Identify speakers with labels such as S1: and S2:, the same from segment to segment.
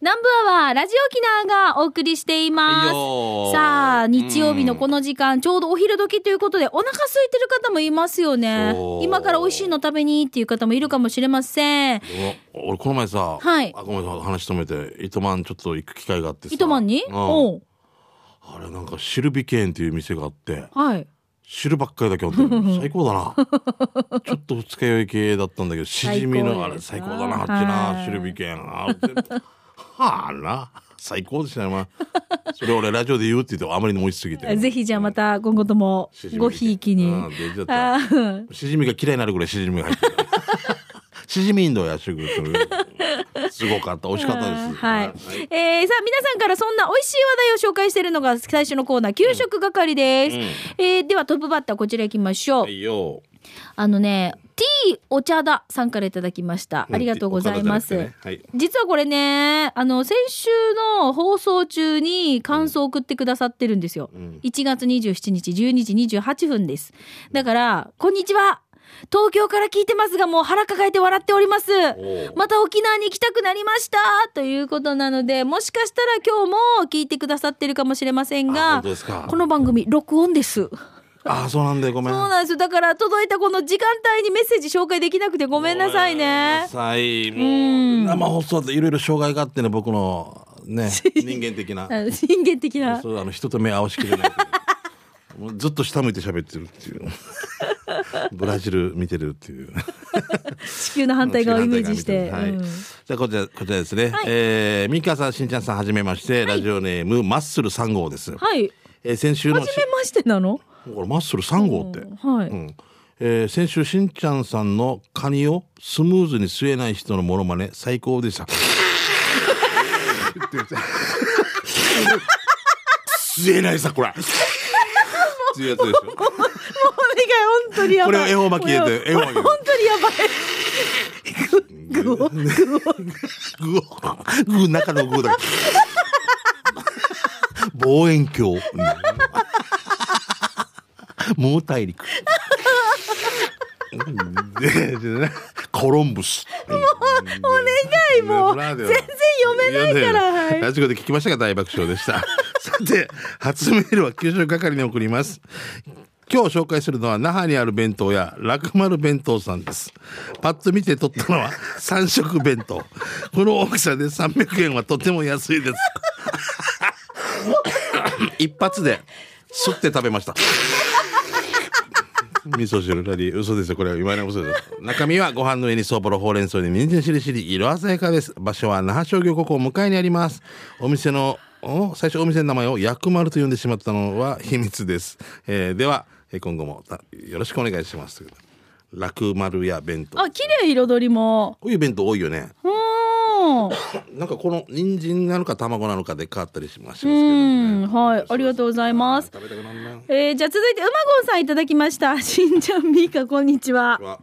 S1: 南部アワーラジオ沖縄がお送りしています。
S2: よー
S1: さあ、日曜日のこの時間、ちょうどお昼時ということで、お腹空いてる方もいますよね
S2: そ。う
S1: 今から美味しいの食べにっていう方もいるかもしれません。
S2: お俺この前さ、
S1: はい
S2: あごめん話止めて糸満ちょっと行く機会があってさ
S1: 糸満に
S2: うん
S1: おう
S2: あれなんかシルビケーンっていう店があって
S1: はい。
S2: 汁ばっかりだけ飲んでる最高だ なちょっと二日酔い系だったんだけどしじみのあれ
S1: 最
S2: 最高
S1: 高
S2: だな
S1: で
S2: っ
S1: す
S2: て
S1: なは
S2: ないシルビケーンあ全部はあな最高でしたよ、まあ、それ俺ラジオで言うって言ってあまりにも美味しすぎて
S1: ぜひじゃあまた今後とも
S2: しじ み
S1: ごひいきに。
S2: うんでちょっと
S1: あー
S2: しじみが嫌いになるぐらいしじみが入ってる。しじみインドやしぐすごかった。美味しかったです。
S1: はい。えー、さあ、皆さんからそんな美味しい話題を紹介しているのが最初のコーナー、給食係です。
S2: うんうん
S1: えーでは、トップバッターこちら行きましょう。
S2: はいよ。
S1: あのね、T お茶ださんからいただきました。ありがとうございます。
S2: お体じゃなくてねはい
S1: 実はこれね、あの、先週の放送中に感想を送ってくださってるんですよ。1月27日12時28分です。だから、こんにちは東京から聞いてますが、もう腹抱えて笑っております。
S2: お
S1: また沖縄に行きたくなりましたということなので、もしかしたら今日も聞いてくださってるかもしれません
S2: あ
S1: が
S2: 本当ですか、
S1: この番組、録音です。
S2: あ、そうなんでごめん。
S1: そうなんですよ。だから届いたこの時間帯にメッセージ紹介できなくてごめんなさいね。
S2: ごめんなさい。も
S1: うん
S2: う生放送でいろいろ障害があってね、僕のね、人間的な。
S1: あの人間的な。
S2: そうあの人と目合わしきれない。もうずっと下向いて喋ってるっていう。ブラジル見てるっていう。
S1: 地球の反対側をイメージして。
S2: はい。
S1: うん
S2: じゃあこちら、こちらですね。えー、ミカさん、しんちゃんさん、はじめまして、ラジオネーム、マッスル3号です。
S1: はい。
S2: えー先週
S1: は
S2: のし、
S1: じめましてなの
S2: これマッスル3号って。
S1: は
S2: う
S1: い。
S2: ん。えー先週、しんちゃんさんのカニをスムーズに吸えない人のモノマネ、最高 でした。吸えないさ、これ。っていうやつでし
S1: も
S2: ょ。
S1: うお願い、本当にやばい。
S2: これ恵方巻き入れ
S1: これ
S2: て恵
S1: これ
S2: 方
S1: 本
S2: 巻
S1: 当にやばい。
S2: グー、 グー、中のグーだ。望遠鏡。もう大陸。でコロンブス。
S1: お願い、もう。全然読めないから。はい
S2: ラジオで聞きましたが大爆笑で した。さて、初メールは給食係に送ります。今日紹介するのは那覇にある弁当屋、楽丸弁当さんです。パッと見て取ったのは3色弁当。この大きさで300円はとても安いです。一発で、吸って食べました。 味噌汁なり嘘ですよこれは今の嘘です中身はご飯の上にそぼろほうれん草に人参しりしり色鮮やかです場所は那覇商業高校向かいにありますお店のお最初お店の名前を薬丸と呼んでしまったのは秘密です、えーではえー今後もたよろしくお願いします楽丸や弁当こ
S1: あ、綺麗彩りも。
S2: ういう弁当多いよね
S1: うーん。
S2: なんかこの人参なのか卵なのかで変わったりしますしますけど
S1: うん。
S2: ね
S1: はい。ありがとうございます。
S2: 食べたくなんない
S1: えーじゃあ続いて、うまごんさんいただきました。しんちゃん、みーか、こんにちは。
S2: は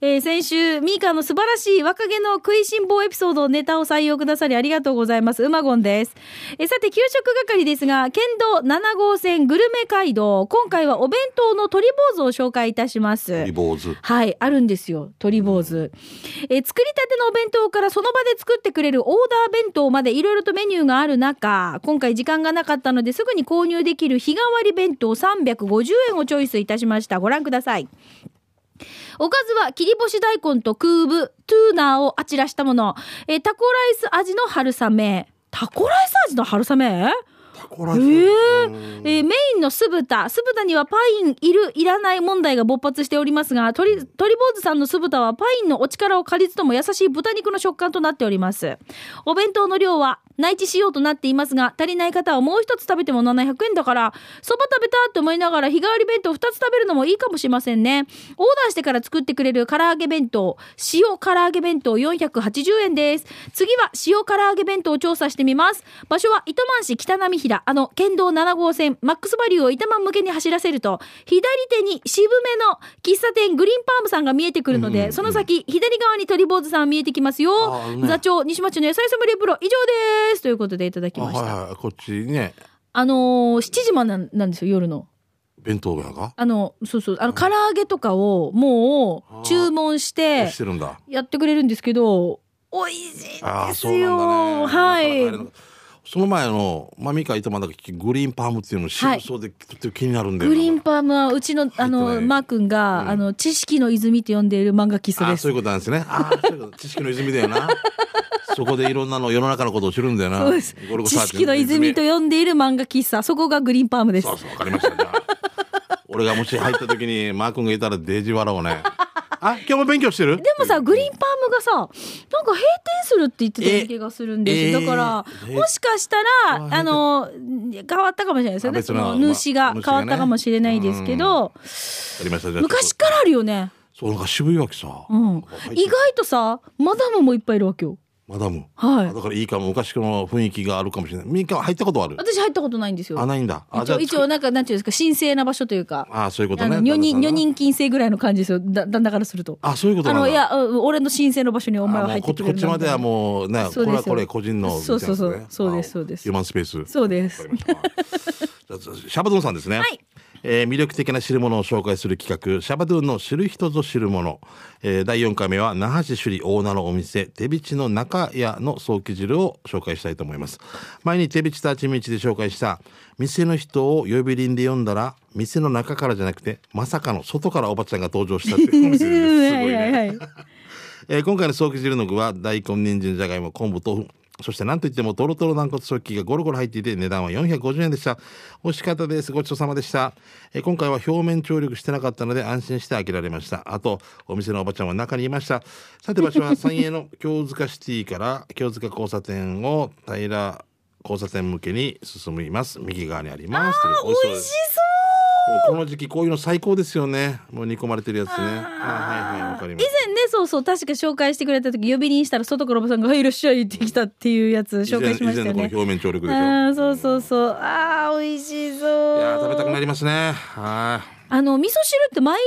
S1: えー先週、ミーカーの素晴らしい若気の食いしん坊エピソードをネタを採用くださりありがとうございます。うまごんです。えーさて、給食係ですが、県道7号線グルメ街道、今回はお弁当の鳥坊主を紹介いたします
S2: リ。ボーズ
S1: はい、あるんですよ。鳥坊主。えー作りたてのお弁当からその場で作ってくれるオーダー弁当までいろいろとメニューがある中、今回時間がなかったのですぐに購入できる日替わり弁当350円をチョイスいたしました。ご覧ください。おかずは切り干し大根とクーブ、トゥーナーをあちらしたもの。えータコライス味の春雨。タコライス味の春雨
S2: タコライ
S1: え
S2: ス
S1: ーえーメインの酢豚酢豚にはパインいるいらない問題が勃発しておりますが鳥鳥坊主さんの酢豚はパインのお力を借りつつも優しい豚肉の食感となっておりますお弁当の量は内地仕様となっていますが足りない方はもう一つ食べても700円だからそば食べたと思いながら日替わり弁当2つ食べるのもいいかもしれませんねオーダーしてから作ってくれる唐揚げ弁当塩唐揚げ弁当480円です次は塩唐揚げ弁当を調査してみます場所は糸満市北浪平あの県道7号線マックスバリューを糸満向けに走らせると左手に渋めの喫茶店グリーンパームさんが見えてくるので、その先左側に鳥坊主さんが見えてきますよ
S2: ああるね
S1: 座長西町の野菜ソムリエプロ以上ですということでいただき
S2: あ
S1: ましたあ,、
S2: はいはいこっちね
S1: のー、7時までなんなんですよ夜の
S2: 弁当がか
S1: あのそうそうあの唐揚げとかをもう注文して
S2: してるんだ
S1: やってくれるんですけど、オー美味しい
S2: あ
S1: んで
S2: あ
S1: す
S2: そうなんだ
S1: よ。
S2: ね
S1: はい
S2: な。かなかあれその前のマミカイトマだけグリーンパームっていうの
S1: はい
S2: 渋そうでとっても気になるんだよ
S1: グ
S2: な
S1: リーンパームはうちのあ
S2: 入って
S1: の
S2: ない
S1: マー君が、あの知識の泉って呼んでいる漫画喫茶
S2: あ
S1: で
S2: あ
S1: す
S2: そうい。うことなんですねああそういうこと知識の泉だ よなそこでいろんなの世の中のことを知るんだよな
S1: そうです
S2: ゴルゴ
S1: 知
S2: 13
S1: 識の泉と呼んでいる漫画喫茶、そこがグリーンパームです
S2: そ。うそうわかりましたじゃあ俺がもし入った時にマー君がいたらデージ笑おうねあ今日も勉強してる
S1: でもさ、グリーンパームがさ、なんか閉店するって言ってたような気がするんですよ。
S2: え
S1: だから、
S2: えー
S1: もしかした
S2: あ
S1: ら、あの、変わったかもしれないですよ
S2: あ
S1: ね。
S2: 別
S1: そ
S2: の
S1: の
S2: まあ
S1: 主が
S2: 主がね
S1: 変わったかもしれないですけど、
S2: ありましたじゃあちょっと
S1: 昔からあるよね。
S2: そうなんか渋いわけさ、
S1: うん
S2: なんか入って
S1: 意外とさ、マダムもいっぱいいるわけよ。
S2: マダム
S1: はい
S2: あだからいいかも昔の雰囲気があるかもしれないミカは入ったことはある
S1: 私入ったことないんですよ
S2: あ。ないんだあ
S1: 一応、一応なんか、なんていうんですか、神聖な場所というか。
S2: あそういうこと
S1: あ
S2: ね
S1: の女人女
S2: 旦那さんが
S1: 人禁制ぐらいの感じですよだ旦那からすると
S2: あそういうこと
S1: あ
S2: なんだ
S1: のいやうん俺の神聖の場所にお
S2: あ
S1: 前は
S2: も
S1: 入
S2: う
S1: って
S2: こ
S1: く
S2: こ
S1: れ
S2: っ
S1: る
S2: ちまではもうね
S1: そ
S2: こ
S1: う
S2: れ
S1: です
S2: はこれ個人のみたいな
S1: そうそうそう
S2: やつね
S1: そうです
S2: あ
S1: そうです
S2: ヒューマンスペース
S1: そうです
S2: わかりましたじゃあシャバドゥンさんですね
S1: はい
S2: えー魅力的な汁物を紹介する企画「シャバドゥンの知る人ぞ知るもの」えー第4回目は那覇市首里大名のお店手びちの中屋の早期汁を紹介したいと思います前に手びちとあちみちで紹介した店の人を呼び鈴で呼んだら店の中からじゃなくてまさかの外からおばちゃんが登場したっていうお店ですすごい
S1: はい
S2: ね
S1: はいはい
S2: えー今回のソーキ汁の具は大根人参じゃがいも昆布豆腐そして何といってもとろとろ軟骨食器がゴロゴロ入っていて値段は450円でした美味しかったですごちそうさまでした、えー今回は表面張力してなかったので安心して開けられましたあとお店のおばちゃんは中にいましたさて場所 は三栄の京塚シティから京塚交差点を平交差点向けに進みます右側にありますあ
S1: 美味しそ
S2: この時期こういうの最高ですよねもう煮込まれてるやつねはいはいはいわかりま
S1: う以
S2: す
S1: 前ねそうそう確か紹介してくれた時呼び鈴したら外からおばさんが「はいいらっしゃい」ってきたっていうやつ紹介しましたよ
S2: 以前以前の
S1: ね
S2: この表面張力でしょ
S1: あーそうそうそうあー美味しそう
S2: いやー食べたくなりますねは
S1: あの味噌汁って毎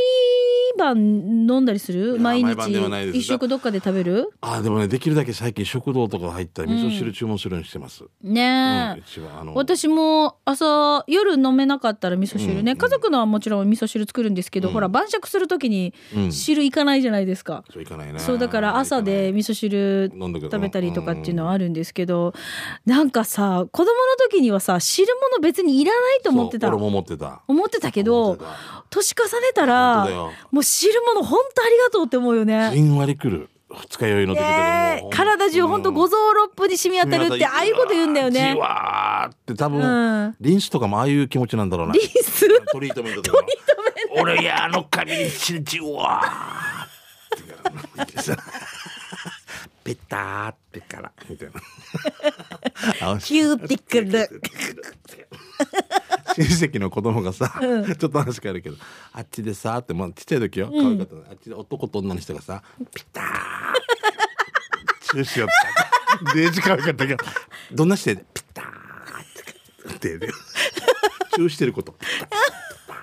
S1: 晩飲んだりする
S2: や
S1: 毎
S2: 毎晩ではないで
S1: 日
S2: す
S1: 一食どっかで食べる
S2: あーでもねできるだけ最近食堂とか入ったら味噌汁注文するようにしてます、うん
S1: ねえ、
S2: 一番あの
S1: 私も朝夜飲めなかったら味噌汁ね、家族のはもちろん味噌汁作るんですけど、ほら晩酌するときに
S2: うん
S1: 汁いかないじゃないですか、
S2: そういかないね
S1: そうだから朝で味噌汁
S2: 飲んどく
S1: 食べたりとかっていうのはあるんですけど、なんかさ子供の時にはさ汁物別にいらないと
S2: そう
S1: 思ってた
S2: 俺も思ってた
S1: 思ってたけ
S2: 思
S1: ど
S2: ってた
S1: 年重ねたら
S2: 本当だよ
S1: もう汁物本当ありがとうって思うよね。
S2: じんわりくる二日酔いの時とかも
S1: ねえ体中本当
S2: ご
S1: 五臓六腑に染み当たるってああいうこと言うんだよね
S2: じ。わーって多分、
S1: うん
S2: リンスとかもああいう気持ちなんだろうな
S1: リース
S2: トリートメントとかも俺いやあの髪にしじわーってからペターってからみたいな
S1: キューティクル。
S2: 親戚の子供がさ、ちょっと話変わるけどあっちでさーって、まあ、ちっちゃい時よ可愛かったの、あっちで男と女の人がさピターチューしよったデージ可愛かったけどどんなしてピターってってチューしてることピターピタ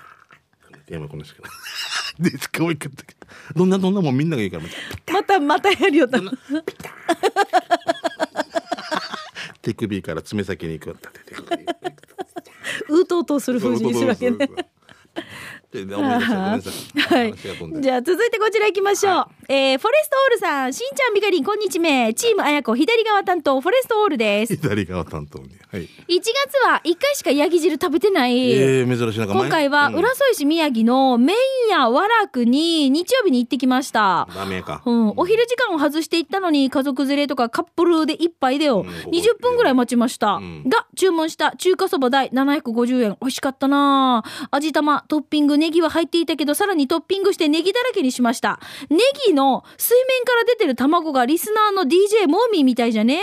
S2: ーって山この人からデージ可愛かったけどどんなどんなもんみんながいいから
S1: またまたやるよ。
S2: 手首から爪先に行くわって手首
S1: うとうとす る風にするわけね。
S2: でで思い出し たごめん
S1: は
S2: なさい
S1: い
S2: 話が飛んで。
S1: じゃあ続いてこちら行きましょう、えーフォレストオールさんしんちゃんビカリンこんにちめチームあやこ左側担当フォレストオールです1
S2: 左側担当に。はい。
S1: 月は1回しかヤギ汁食べてない、
S2: ええ珍しいなんか
S1: 今回は浦
S2: ラ
S1: 添市宮城の麺屋和楽に日曜日に行ってきました
S2: ダメか。
S1: うん、お昼時間を外していったのに家族連れとかカップルで一杯でよ、
S2: うん
S1: 20分ぐらい待ちました、
S2: ん
S1: が注文した中華そば大750円美味しかったなあ味玉トッピングネギは入っていたけどさらにトッピングしてネギだらけにしましたネギの水面から出てる卵がリスナーの DJ モーミーみたいじゃね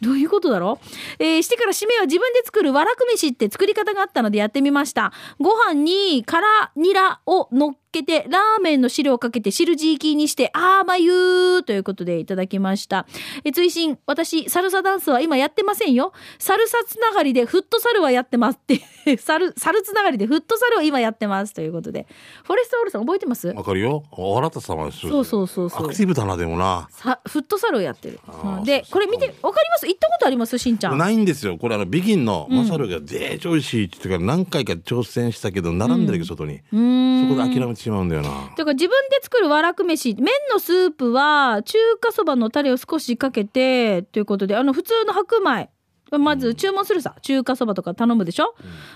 S1: どういうことだろう、えーしてから締めは自分で作るわらく飯って作り方があったのでやってみました。ご飯に辛ニラを乗っけて、ラーメンの汁をかけて汁ジーキーにして、あーまゆーということでいただきました。えー追伸、私、サルサダンスは今やってませんよ。サルサつながりでフットサルはやってますって。 サル、サルつながりでフットサルを今やってますということで。フォレストオールさん覚えてます
S2: わかるよ。あ新田様ですよ
S1: そうそうそうそう
S2: アクティブだなでもな。
S1: さフットサルをやってる。
S2: ー
S1: うんで、これ見て、わかります行ったことありますしんちゃん。
S2: ないんですよ。これあのビギンのマサルがデージ美味しいって言ってから何回か挑戦したけど並んでるけど外に。
S1: うーん
S2: そこで諦めてちまうんだよな
S1: だから自分で作るわらく飯麺のスープは中華そばのタレを少しかけてということであの普通の白米まず注文するさ中華そばとか頼むでしょ、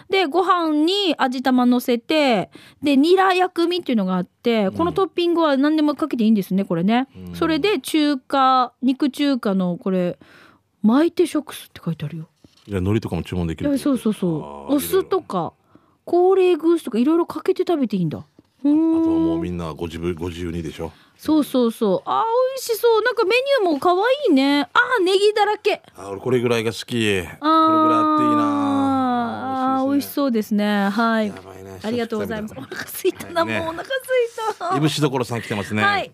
S1: でご飯に味玉乗せてでニラ薬味っていうのがあってこのトッピングは何でもかけていいんですねこれね、
S2: うん
S1: それで中華肉中華のこれ巻いて食すって書いてあるよ
S2: いや海苔とかも注文でき
S1: いや
S2: る
S1: そうそう
S2: あ
S1: そ
S2: ー
S1: うお酢とか高麗グースとかいろいろかけて食べていいんだあと
S2: あとはもうみんなご自分ご自由にでしょ
S1: そうそうそう。あー、美味しそう。なんかメニューも可愛いね。あー、ネギだらけ。
S2: あ俺これぐらいが好きこれぐらい
S1: あ
S2: あっていい
S1: ー
S2: な
S1: あー、美味しそうですね。はい。
S2: やばいね
S1: ありがとうございます。お
S2: 久々
S1: 腹すいたな、
S2: はいね
S1: もうお腹すいた。
S2: だいぶしどころさん来てますね、
S1: はい。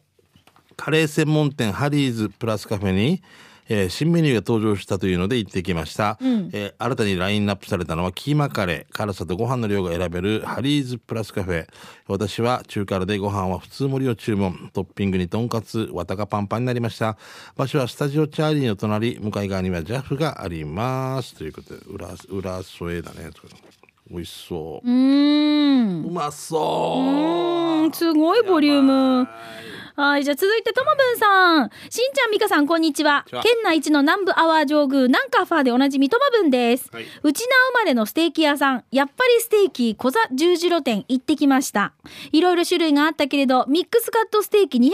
S2: カレー専門店ハリーズプラスカフェに、えー新メニューが登場したというので行ってきました、
S1: ん
S2: えー新たにラインナップされたのはキーマカレー辛さとご飯の量が選べるハリーズプラスカフェ私は中辛でご飯は普通盛りを注文トッピングにとんかつ綿がパンパンになりました場所はスタジオチャーリーの隣向かい側にはジャフがありますということで裏裏添えだね美味しそう
S1: う、ーん。
S2: うまそう
S1: うん、すごいボリューム。はい、じゃあ続いてともぶんさん。しんちゃん、みかさん、こんにちは。
S2: こんにちは
S1: 県内一の南部アワー上宮、南カファーでおなじみともぶんです。
S2: はいう
S1: ちな生まれのステーキ屋さん、やっぱりステーキ小座十字路店行ってきました。いろいろ種類があったけれど、ミックスカットステーキ 200g を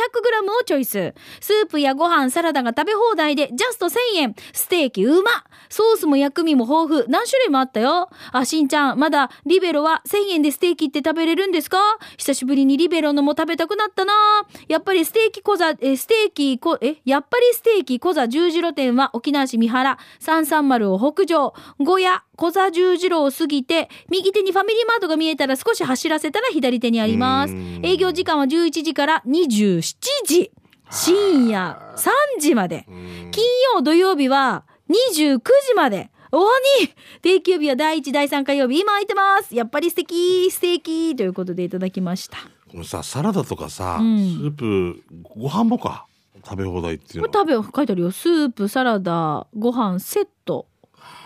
S1: チョイス。スープやご飯、サラダが食べ放題で、ジャスト1000円。ステーキうまソースも薬味も豊富。何種類もあったよ。あ、しんちゃん、まだリベロは1000円でステーキって食べれるんですか久しぶりにリベロのも食べたくなったなやっぱりステーキ小座、え、ステーキ小、え、やっぱりステーキ小座十字路店は沖縄市三原、330を北上、小屋、小座十字路を過ぎて、右手にファミリーマートが見えたら少し走らせたら左手にあります
S2: う。ん
S1: 営業時間は11時から27時、深夜3時まで。
S2: うん
S1: 金曜土曜日は29時までおに定休日は第1第3火曜日今空いてますやっぱり素敵素敵ということでいただきました
S2: このさサラダとかさ、
S1: うん
S2: スープご飯もか食べ放題ってい
S1: こ
S2: う
S1: れ
S2: の
S1: 食べ書いてあるよスープサラダご飯セット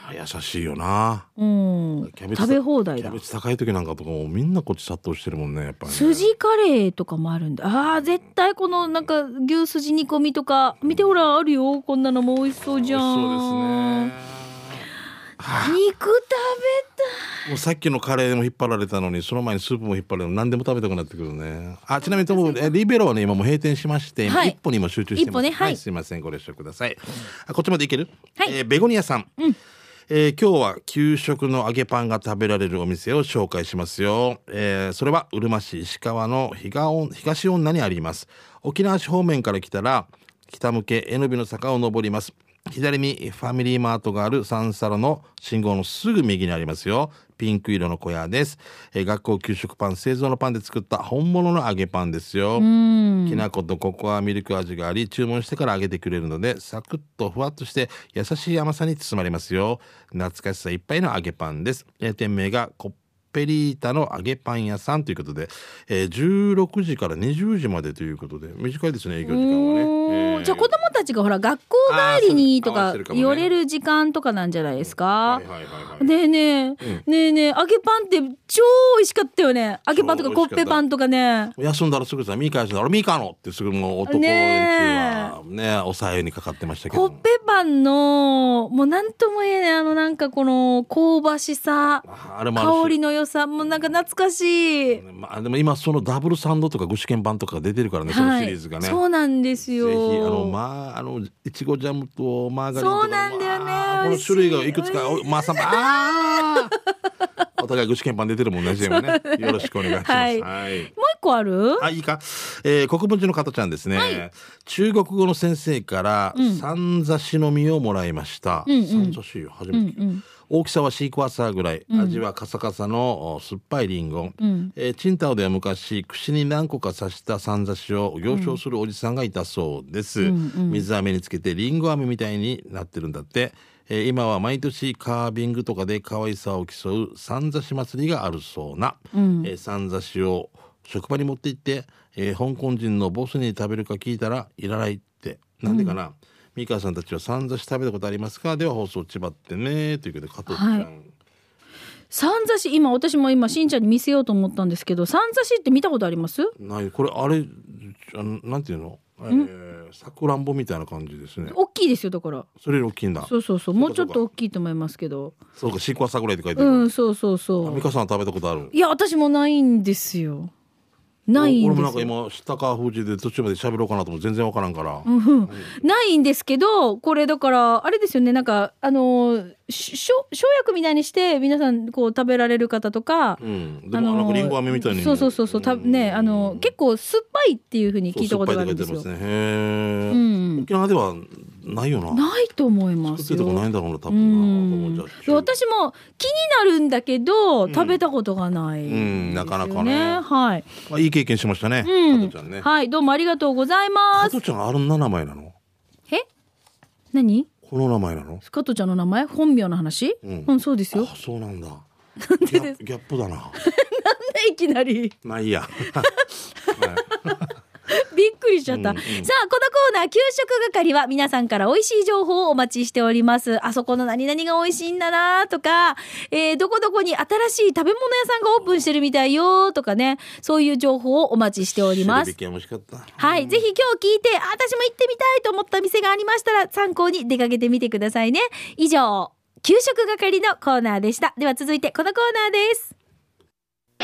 S2: は優しいよな
S1: うん
S2: キャベツ
S1: 食べ放題
S2: キャ
S1: だ
S2: ベツ高い時なんかとかもみんなこっち殺到してるもんねやっぱり、ね、
S1: 筋カレーとかもあるんだあー絶対このなんか牛すじ煮込みとか見てほらあるよこんなのも美味しそうじゃん
S2: 美味しそうですね
S1: 肉食
S2: もうさっきのカレーも引っ張られたのにその前にスープも引っ張られる何でも食べたくなってくるねあちなみにともえリベロはね今もう閉店しまして、
S1: はい
S2: 一歩に今集中してま
S1: 一
S2: す
S1: 歩ねはい
S2: すいませんご了承くださいあこっちまでいける、
S1: はい
S2: えーベゴニアさん、えー今日は給食の揚げパンが食べられるお店を紹介しますよ、えーそれはうるま市石川の東東女にあります沖縄市方面から来たら北向けえのびの坂を登ります左にファミリーマートがあるサンサロの信号のすぐ右にありますよピンク色の小屋です、えー学校給食パン製造のパンで作った本物の揚げパンですよきな粉とココアミルク味があり注文してから揚げてくれるのでサクッとふわっとして優しい甘さに包まれますよ懐かしさいっぱいの揚げパンですえー店名がコッペリータの揚げパン屋さんということで、えー16時から20時までということで短いですね営業時間はね、
S1: おーじゃあ子供たちがほら学校帰りにと
S2: あー
S1: か
S2: そうです
S1: 言われる時間とかなんじゃないですか
S2: はい。はいはいはい
S1: ねえねえ、ねえねえ揚げパンって超美味しかったよね揚げパンとか
S2: 超美味
S1: コ
S2: しかった
S1: ッペパンとかね
S2: 休んだらすぐさ「ミカ休んだらミカの!」ってすぐもう男連中はねおさえにかかってましたけ
S1: コ
S2: ど
S1: ッペパンのもうなんとも言えないあのなんかこの香ばしさ
S2: ああれもあるし
S1: 香りの良さもうなんか懐かしい、
S2: まあ、でも今そのダブルサンドとか具志堅版とかが出てるからね、そのシリーズがね。
S1: そうなんですよ
S2: ぜひあのまああのいちごジャムとマーガリンとか
S1: そうなんだよね
S2: まあこ
S1: 美
S2: の
S1: 味しい
S2: 種類がいくつか
S1: 美味
S2: おまあさん あーお互い具志堅版出てるもんね CM ねよろしくお願いします。
S1: はい
S2: はい
S1: もう一個ある
S2: あいいか、えー国分寺の方ちゃんですね、中国語の先生からさんざしの実をもらいました、
S1: うんうん
S2: さんざし初めて聞いた、大きさはシークワーサーぐらい、味はカサカサのお酸っぱいリンゴ、
S1: ん
S2: えーチンタオでは昔口に何個か刺したさんざしを行商するおじさんがいたそうです、水飴につけてリンゴ飴みたいになってるんだってえー今は毎年カービングとかで可愛さを競うさんざし祭りがあるそうな、えーさんざしを職場に持って行って、えー香港人のボスに食べるか聞いたらいらないってなんでかな、三川さんたちはさんざし食べたことありますかでは放送ちばってねということで加藤ちゃん、
S1: はい三刺し今私も今しんちゃんに見せようと思ったんですけど三刺しって見たことあります
S2: ないこれあれあのなんていうのえーさくらんぼみたいな感じですね
S1: 大きいですよだから
S2: それより大きいんだ
S1: そうそうそうもうちょっと大きいと思いますけど
S2: そうかシークワーサーぐらいって書いてあ
S1: う
S2: る、
S1: んそうそう
S2: あ
S1: そ
S2: 美
S1: う
S2: 香さんは食べたことある
S1: いや私もないんですよないん
S2: 俺
S1: ですよ
S2: もなんか今下川富士で途中まで喋ろうかなと思って全然わからんから、
S1: うんないんですけどこれだからあれですよねなんかあのーししょ生薬みたいにして皆さんこう食べられる方とか、
S2: うん、で
S1: あの
S2: も
S1: ー
S2: なんかリンゴ飴みたいに
S1: そうそうそうそうたねあのー結構酸っぱいっていうふうに聞いたことがあるんですよ。
S2: そう酸っぱいって書いてますねへー
S1: うん
S2: 沖縄ではないよな
S1: ないと思います
S2: 作って
S1: よ。
S2: るとこないんだろうな多
S1: う
S2: 分
S1: ん
S2: なと思っちゃう
S1: 私も気になるんだけど、
S2: ん
S1: 食べたことがない、
S2: うんなかなかね
S1: はい、
S2: あいい経験しましたね、
S1: う
S2: 加トちゃんね
S1: はいどうもありがとうございま
S2: 加
S1: す
S2: トちゃんあんな名前なの
S1: え何
S2: この名前なの
S1: 加藤ちゃんの名前本名の話、
S2: うん
S1: うん、そうですよ
S2: あそうなんだ
S1: なん
S2: ギ
S1: で
S2: ャ
S1: です
S2: ップギャップだな
S1: いきなり
S2: まあいいやはい
S1: びっくりしちゃった、
S2: うんうん
S1: さあこのコーナー給食係は皆さんから美味しい情報をお待ちしておりますあそこの何々が美味しいんだなとか、えーどこどこに新しい食べ物屋さんがオープンしてるみたいよとかねそういう情報をお待ちしておりま
S2: シル
S1: す
S2: ビキは美味しかった
S1: はい、ぜひ今日聞いてあ私も行ってみたいと思った店がありましたら参考に出かけてみてくださいね以上給食係のコーナーでしたでは続いてこのコーナー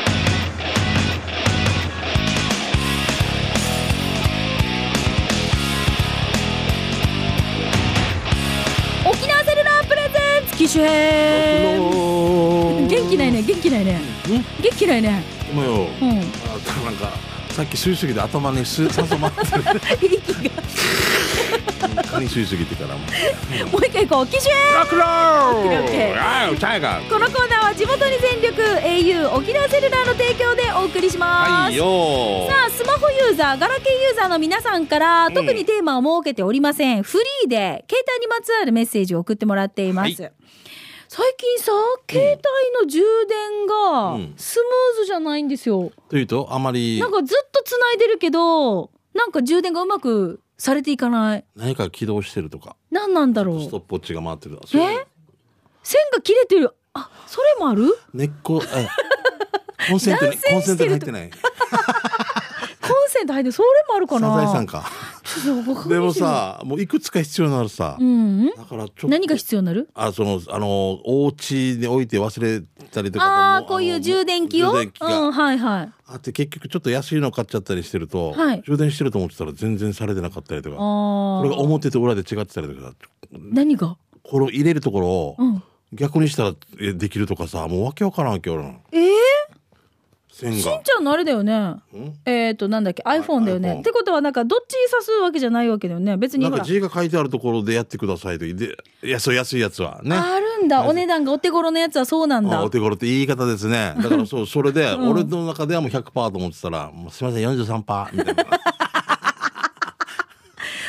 S1: です沖縄セルラープレゼンツ機種編元気ないね元気ないね
S2: うん
S1: 元気ないね
S2: もうよ、
S1: うん
S2: あんたなんかさっき吸いすぎて頭に吸い挟まってる
S1: 息が
S2: 蚊に吸いすぎてからも
S1: も
S2: う
S1: う一回行こう機種編
S2: ラクロ
S1: オッケーオッケー
S2: ああチャイガー
S1: このコーナーは地元に全力 au 沖縄セルラーの提供でお送りしま
S2: はい
S1: す。
S2: よー
S1: さあスマホユーザーガラケーユーザーの皆さんから
S2: ん
S1: 特にテーマを設けておりません、フリーで携帯にまつわるメッセージを送ってもらっています、最近さ携帯の充電
S2: うん
S1: がスムーズじゃないんですよ、
S2: というとあまり
S1: なんかずっとつないでるけどなんか充電がうまくされていかない
S2: 何か起動してるとか
S1: 何なんだろ
S2: ストッ
S1: う
S2: プウォッチが回ってるとか
S1: え線が切れてるあそれもある
S2: 根っこえコンセ ントにコンセントに入ってない
S1: コンセント入ってるそれもある
S2: サ
S1: かな
S2: ザエさんか
S1: ちょっとわかんない
S2: でも、さもういくつか必要になるさ
S1: うんうん、
S2: だからちょっと
S1: 何が必要になる
S2: あそのあのお家に置いて忘れたりとか
S1: ああーこういう充電器を
S2: 充電器が
S1: うんはいはい
S2: あって結局ちょっと安いの買っちゃったりしてると、
S1: はい
S2: 充電してると思ってたら全然されてなかったりとか
S1: あ
S2: これが
S1: あ
S2: 表と裏で違ってたりとか
S1: 何が
S2: これを入れるところを
S1: うん
S2: 逆にしたらえできるとかさもうわけわからんわけよな
S1: えー、
S2: 線
S1: し
S2: が
S1: ん。ちゃんのあれだよね
S2: ん
S1: えっ、ー、となんだっけ iPhone だよね
S2: iPhone
S1: ってことはなんかどっちに指すわけじゃないわけだよね別に
S2: な
S1: ほ
S2: んから字が書いてあるところでやってくださいとでいやそう安いやつはね
S1: あるんだお値段がお手頃のやつはそうなん
S2: あ
S1: だ
S2: お手頃って言い方ですねだからそうそ れで俺の中ではもう100%と思ってたら「もうすいません43%」みたいな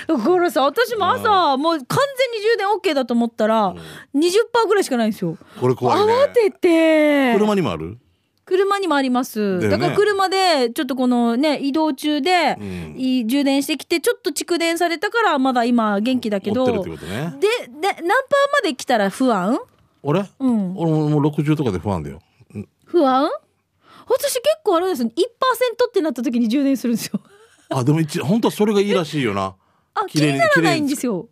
S1: だからさ私も朝もう完全に充電 OK だと思ったら20%ぐらいしかないんですよ
S2: これ怖いね
S1: 慌てて
S2: 車にもある
S1: 車にもありま
S2: だよ
S1: す。
S2: ね
S1: だから車で、ちょっとこのね、移動中で
S2: う、ん
S1: い充電してきて、ちょっと蓄電されたから、まだ今元気だけ
S2: 持
S1: ど、
S2: って
S1: で、
S2: る
S1: で
S2: って、ことね
S1: 何パーまで来たら不安
S2: 俺
S1: うん。
S2: 俺ももう60とかで不安だよ
S1: 不安私結構あれですよ。1%ってなった時に充電するん ですよ。
S2: あでも一本当はそれがいいらしいよな
S1: あ、
S2: 綺
S1: 気
S2: 麗
S1: に
S2: に
S1: ならないんですよ。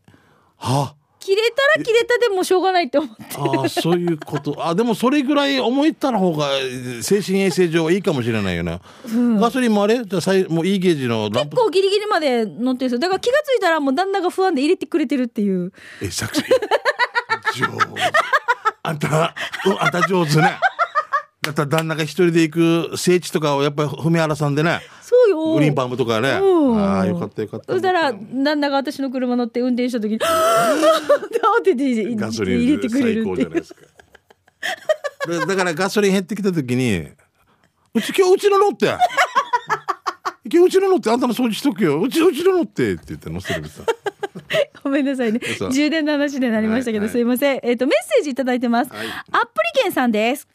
S2: は
S1: 切れたら切れたでもしょうがないって思 って。
S2: あーそういうことあでもそれぐらい思い立った方が精神衛生上はいいかもしれないよね、ガソリンもあれじゃあさいもういいゲージのラン
S1: 結
S2: プ
S1: 構ギリギリまで乗ってるんですよ。だから気がついたらもう旦那が不安で入れてくれてるっていう。
S2: え作戦上手あんた、うんあんた上手ねだったら旦那が一人で行く聖地とかをやっぱり踏み荒らさんでね
S1: そうよ。
S2: グリーンパンプとかね
S1: うん
S2: ああよかったよかった
S1: そしたら旦那が私の車乗って運転した時に「 あーって慌てて
S2: ガソ
S1: 入
S2: リ
S1: れ
S2: ン
S1: てくれ
S2: 最
S1: るって
S2: 高じ
S1: いう
S2: ゃないですかだだからガソリン減ってきた時にうち今日うちの乗って今日うちの乗ってあんたの掃除しとくようちうちの乗ってって言って乗せるんですよ
S1: ごめんなさいね
S2: 嘘
S1: 充電の話でなりましたけど、
S2: はいはい
S1: すいません、えっとメッセージいただいてます、
S2: はい
S1: アップリケンさんです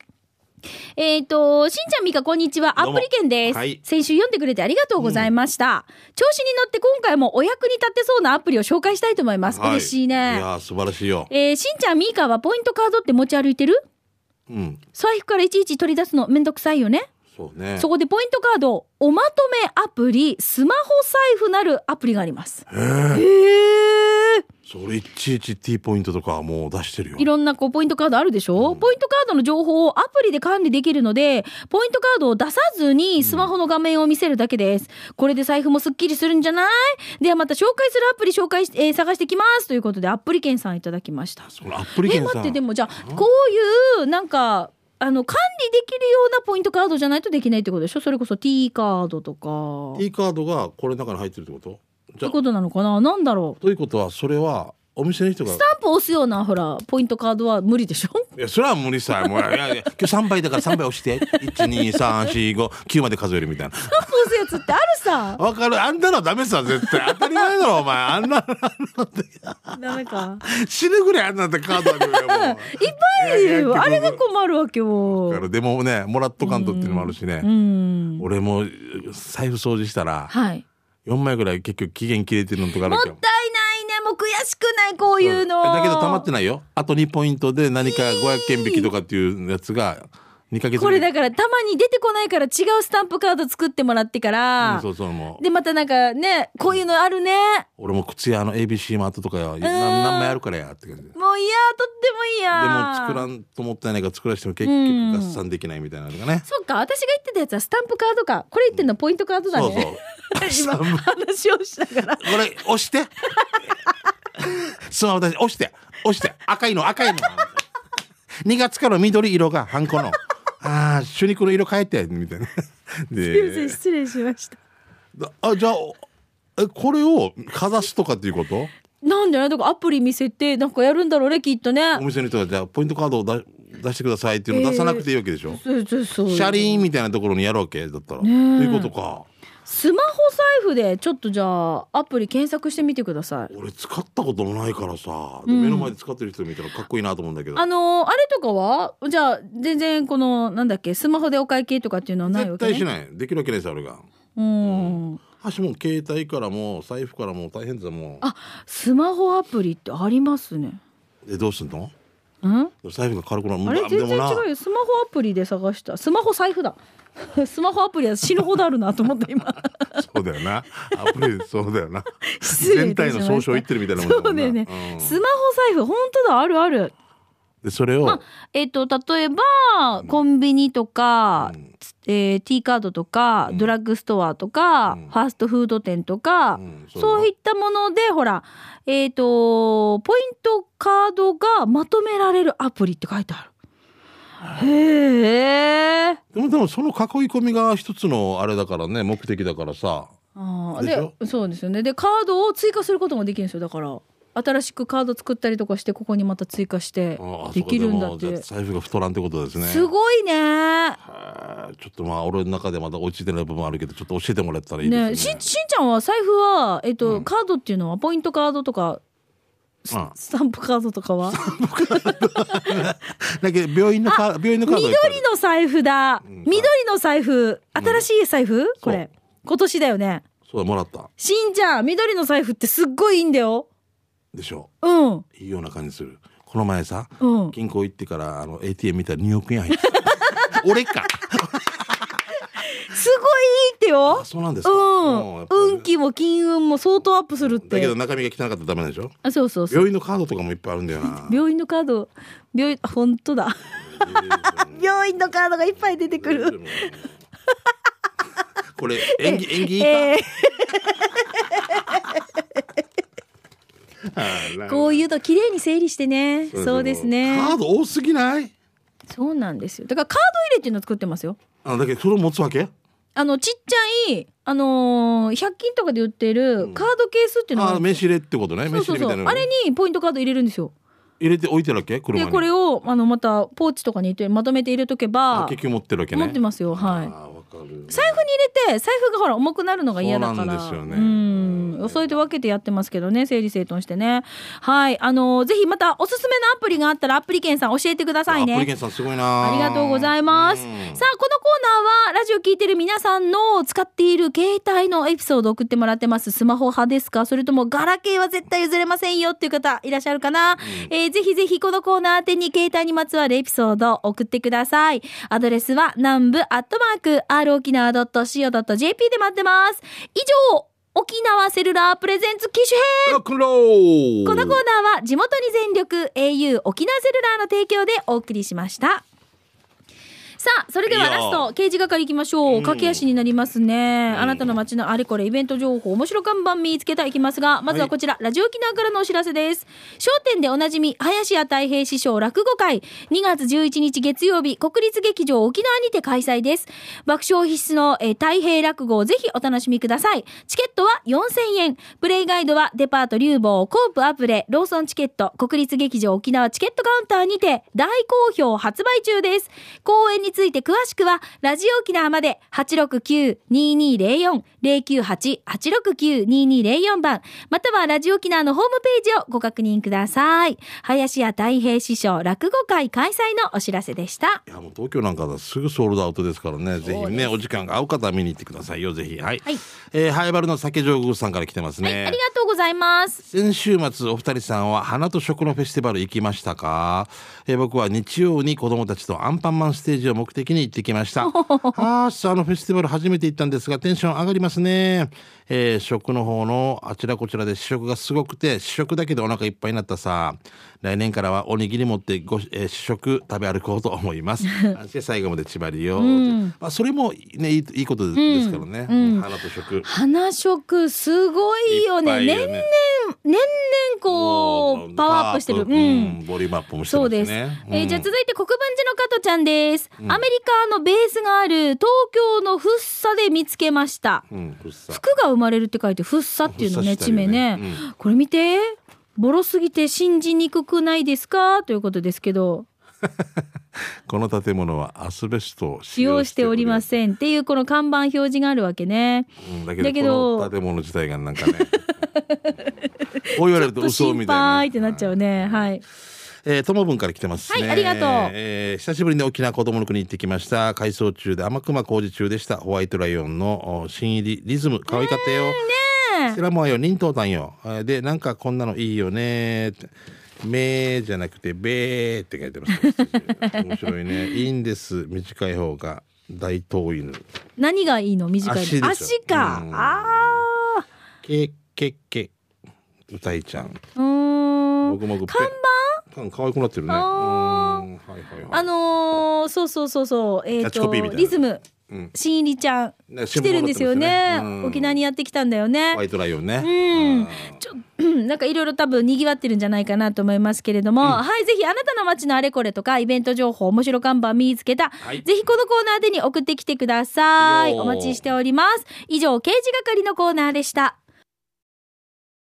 S1: えっ、と、しんちゃんみかこんにちは。
S2: ど
S1: ア
S2: う
S1: ッ
S2: も
S1: プリケンです、
S2: はい
S1: 先週読んでくれてありがとうございました。調子に乗って今回もお役に立てそうなアプリを紹介したいと思います。
S2: は
S1: 嬉しいね。
S2: いやー素晴らしいよ
S1: えーしんちゃんみーかはポイントカードって持ち歩いてる
S2: うん
S1: 財布からいちいち取り出すのめんどくさいよね
S2: そうね
S1: そこでポイントカードおまとめアプリスマホ財布なるアプリがあります
S2: へえ
S1: へえ
S2: それいちいち T ポイントとかはもう出してるよ
S1: いろんなこうポイントカードあるでしょ、ポイントカードの情報をアプリで管理できるのでポイントカードを出さずにスマホの画面を見せるだけです、これで財布もすっきりするんじゃないではまた紹介するアプリ紹介し、えー探してきますということでアプリ券さんいただきました
S2: そのアプリ
S1: え
S2: ケンさ
S1: 待
S2: ん
S1: ってでもじゃあこういうなんかあの管理できるようなポイントカードじゃないとできないってことでしょそれこそ T カードとか
S2: T カードがこれの中に入ってるってこと
S1: っ
S2: じゃ
S1: て
S2: あ
S1: ことなのかななんだろう
S2: ということはそれはお店の人が
S1: スタンプ押すようなほらポイントカードは無理でしょ
S2: いやそれは無理さもういやいや今日3倍だから3倍押して12345まで数えるみたいな
S1: スタンプ押すやつってあるさ
S2: わかるあんなのダメさ絶対当たり前だろお前あんな
S1: ダメか
S2: 死ぬぐらいあんなんてカードあるよもう
S1: いっぱいいる
S2: いやいや
S1: よあれが困るわけよ
S2: だからでもねもらっとかんとっていうのもあるしね、
S1: うん
S2: 俺も財布掃除したら
S1: はい
S2: 4枚ぐらい結局期限切れてるのとかあ
S1: も
S2: る
S1: っ
S2: け
S1: たい
S2: ど
S1: ないねもう悔しくないこういうの
S2: だけど溜まってないよあと2ポイントで何か500件引きとかっていうやつが2ヶ月
S1: これだ
S2: け
S1: からたまに出てこないから違うスタンプカード作ってもらってから、
S2: そうそうもう
S1: でまたなんかねこういうのあるね
S2: 俺も靴屋の ABC マートとかや
S1: うん
S2: 何何枚あるからやって感じでも
S1: もういやとってもいいや
S2: 作ら
S1: ん
S2: んと思ったんやないから作らしても結
S1: うん
S2: 局合算できないみたいなのがね
S1: そっか私が言ってたやつはスタンプカードかこれ言ってんのはポイントカードだ
S2: そう
S1: ね
S2: そう
S1: 今話をしながら
S2: これ押してスマホ出して押して押して赤いの赤いの2月から緑色がハンコのああ朱肉の色変えてみたい な
S1: すいません
S2: で
S1: 失礼しました
S2: あじゃあえこれをかざすとかっていうこと
S1: なんでねだからアプリ見せてなんかやるんだろうねきっとね
S2: お店の人がじゃあポイントカードを出出してくださいっていうのを出さなくていいわけでしょ、
S1: そうそうそう
S2: シャリーンみたいなところにやるわけだったら。と
S1: ねえ
S2: いうことか。
S1: スマホ財布でちょっとじゃあアプリ検索してみてください
S2: 俺使ったこともないからさ、で
S1: うん
S2: 目の前で使ってる人見たらかっこいいなと思うんだけど。
S1: あのーあれとかはじゃあ全然このなんだっけスマホでお会計とかっていうのはないわ
S2: 絶
S1: け、ね、
S2: 対しない。できるわけないさ、俺が。
S1: うん
S2: 箸も携帯からも財布からも大変だも
S1: あスマホアプリってありますね
S2: ん。でどうすんの？
S1: ん
S2: 財布が軽くなる。
S1: あれ
S2: ま
S1: 全
S2: でも
S1: 然
S2: な
S1: 違うよスマホアプリで探したスマホ財布だ スマホアプリは死ぬほどあるなと思って 今
S2: そうだよ な。アプリそうだよな。
S1: 失礼
S2: 全
S1: いた
S2: 体
S1: しま
S2: の
S1: した
S2: 総称言ってるみたいなもん
S1: そ
S2: だも
S1: うんだ
S2: な
S1: よね、
S2: うん
S1: スマホ財布本当だあるある
S2: でそれを
S1: えっと例えばコンビニとか、
S2: うん
S1: えー、T カードとか、
S2: うん
S1: ドラッグストアとか、
S2: うん
S1: ファーストフード店とか、
S2: うん
S1: そういったものでほらえっ、とポイントカードがまとめられるアプリって書いてある。へえ。
S2: でもでもその囲い込みが一つのあれだからね目的だからさ。
S1: あー
S2: でしょ
S1: でそうですよねでカードを追加することもできるんですよだから新しくカード作ったりとかしてここにまた追加して
S2: ああ
S1: できるんだっ
S2: そうかでも
S1: て
S2: じゃあ財布が太らんってことですね
S1: すごいね。
S2: はあちょっとまあ俺の中でまだ落ちてない部分もあるけどちょっと教えてもらったらいい
S1: ね
S2: です
S1: し
S2: ね
S1: んしんちゃんは財布は、えっとカードっていうのはポイントカードと か
S2: うん
S1: スタンプカードとかは
S2: だけど病院のカー病院のカードいっぱいある
S1: 緑の財布だ、緑の財布新しい財布、これ今年だよね
S2: そうだもらった
S1: しんちゃん緑の財布ってすっごいいいんだよ
S2: でしょ
S1: うん
S2: いいような感じするこの前さ、
S1: うん
S2: 銀行行ってからあの ATM 見たら2億円入ってた俺か
S1: すごいいいってよ
S2: あそうなんですか、
S1: うん、
S2: やっぱ
S1: 運気も金運も相当アップするっ
S2: だけど
S1: て
S2: 中身が汚かったらダメなんでしょ
S1: あそうそうそう
S2: 病院のカードとかもいっぱいあるんだよな
S1: 病院のカード病院あ本当だ 病院のカードがいっぱい出てくる
S2: これ演技演技いいか、
S1: え
S2: あら
S1: ー、こういうの綺麗に整理してねそうですね
S2: カード多すぎない
S1: そうなんですよだからカード入れっていうのを作ってますよ
S2: あだけどそれを持つわけ
S1: あのちっちゃい、あのー、100均とかで売ってるカードケースっていうのがあ
S2: あ
S1: るん
S2: 名
S1: です
S2: 刺入れってことね
S1: よ
S2: 名
S1: そ
S2: 刺
S1: う
S2: 入れ
S1: そ
S2: み
S1: うそ
S2: たいうなの
S1: あれにポイントカード入れるんですよ
S2: 入れて置いてるわけ車
S1: で
S2: に
S1: これをあのまたポーチとかに入れてまとめて入れとけ
S2: あ
S1: ば
S2: 結局持ってるわけね
S1: 持ってますよ
S2: あ
S1: はい
S2: ーわか
S1: 財
S2: る
S1: 布に入れて財布がほら重くなるのが嫌だから
S2: そうなんですよね
S1: うんうん、よそえて分けてやってますけどね整理整頓してねはいあのーぜひまたおすすめのアプリがあったらアプリケンさん教えてください
S2: アプリケ
S1: ね
S2: ンさんすごいな
S1: ありがとうございます、
S2: う
S1: さあこの
S2: ん
S1: コーナーはラジオ聞いてる皆さんの使っている携帯のエピソードを送ってもらってますスマホ派ですかそれともガラケーは絶対譲れませんよっていう方いらっしゃるかな、えーぜひぜひこのコーナー宛てに携帯にまつわるエピソードを送ってくださいアドレスは南部アットマーク r 沖縄 .co.jp で待ってます以上沖縄セルラープレゼンツ機種編
S2: ロックンロール
S1: このコーナーは地元に全力 au 沖縄セルラーの提供でお送りしましたさあそれではい
S2: いよ
S1: ラスト刑事係いきましょう、
S2: うん
S1: 駆け足になりますね、あなたの街のあれこれイベント情報面白看板見つけたいきますがまずはこちら、ラジオ沖縄からのお知らせです商店でおなじみ林家太平師匠落語会2月11日月曜日国立劇場沖縄にて開催です爆笑必須の、えー太平落語をぜひお楽しみくださいチケットは4000円プレイガイドはデパート竜房コープアプレローソンチケット国立劇場沖縄チケットカウンターにて大好評発売中です公演について詳しくはラジオ沖縄まで869-2204 098-869-2204番またはラジオ沖縄のホームページをご確認ください林家太平師匠落語会開催のお知らせでした
S2: いやもう東京なんかだとすぐソールドアウトですからねぜひねお時間が合う方は見に行ってくださいよぜひはい、
S1: はい
S2: えー、ハイバルの酒上宮さんから来てますね、
S1: はいありがとうございます
S2: 先週末お二人さんは花と食のフェスティバル行きましたか、えー僕は日曜に子供たちとアンパンマンステージを目的に行ってきました あーさあのフェスティバル初めて行ったんですがテンション上がりますね、えー食の方のあちらこちらで試食がすごくて試食だけでお腹いっぱいになったさ来年からはおにぎり持ってご、えー試食食べ歩こうと思います そして最後まで縛りよ、まあ、それもねいいいいことですからね、花と食
S1: 花食すごいよね
S2: いっぱい
S1: 年
S2: いる
S1: 々
S2: ね
S1: 年々こうパワーアップしてる、
S2: パ
S1: う
S2: ワーアッ
S1: ん
S2: プ、うんボリュームアップもして
S1: そ
S2: ま
S1: う
S2: すね
S1: です、えーじゃあ
S2: うん
S1: 続いて国分寺の加藤ちゃんです、アメリカのベースがある東京の福生で見つけました
S2: うん、ふっさ
S1: 服が生まれるって書いて福生っていうのね
S2: 福生
S1: 地
S2: した
S1: 名
S2: よ
S1: ね
S2: ね、
S1: これ見てボロすぎて信じにくくないですかということですけど
S2: この建物はアスベストを、
S1: 使用しておりますせんっていうこの看板表示があるわけね
S2: うんだけど
S1: だけど
S2: この建物自体がな んかねこう言われると嘘
S1: 心
S2: みたいな
S1: 配ってなっちゃうねはい
S2: えー、ともぶんから来てますね。
S1: はいありがとう
S2: えー久しぶりに沖縄子供の国行ってきました。改装中で天熊工事中でした。ホワイトライオンのお新入りリズム、可愛かったよ。
S1: ねえ
S2: セラモアよ、忍冬炭よ。えーで、なんかこんなのいいよねって。めーじゃなくて、べーって書いてます。面白 いね。いいんです。短い方が大東犬。
S1: 何がいいの短いの
S2: 足ですよ
S1: 足か
S2: うん
S1: あ
S2: け、け、け。歌いちゃん。
S1: ーうーん
S2: もぐもぐぺ。
S1: 看
S2: うん可愛くなってるね。うーん
S1: あ
S2: はいはいはい。
S1: あのー、そうそうそうそうえっ、
S2: キャッチコピーみた
S1: と
S2: い
S1: リ
S2: な
S1: ズム
S2: うん
S1: 新入りちゃん
S2: ね
S1: 来てるんですよね
S2: 新聞も載ってますよねうん
S1: 沖縄にやってきたんだよ
S2: ホワ
S1: ね
S2: イトライオンね。
S1: うん
S2: あー
S1: ちょなんかいろいろ多分にぎわってるんじゃないかなと思いますけれども、はいぜひあなたの街のあれこれとかイベント情報面白看板見つけた、
S2: い
S1: ぜひこのコーナーでに送ってきてください
S2: いいよ
S1: お待ちしております以上刑事係のコーナーでした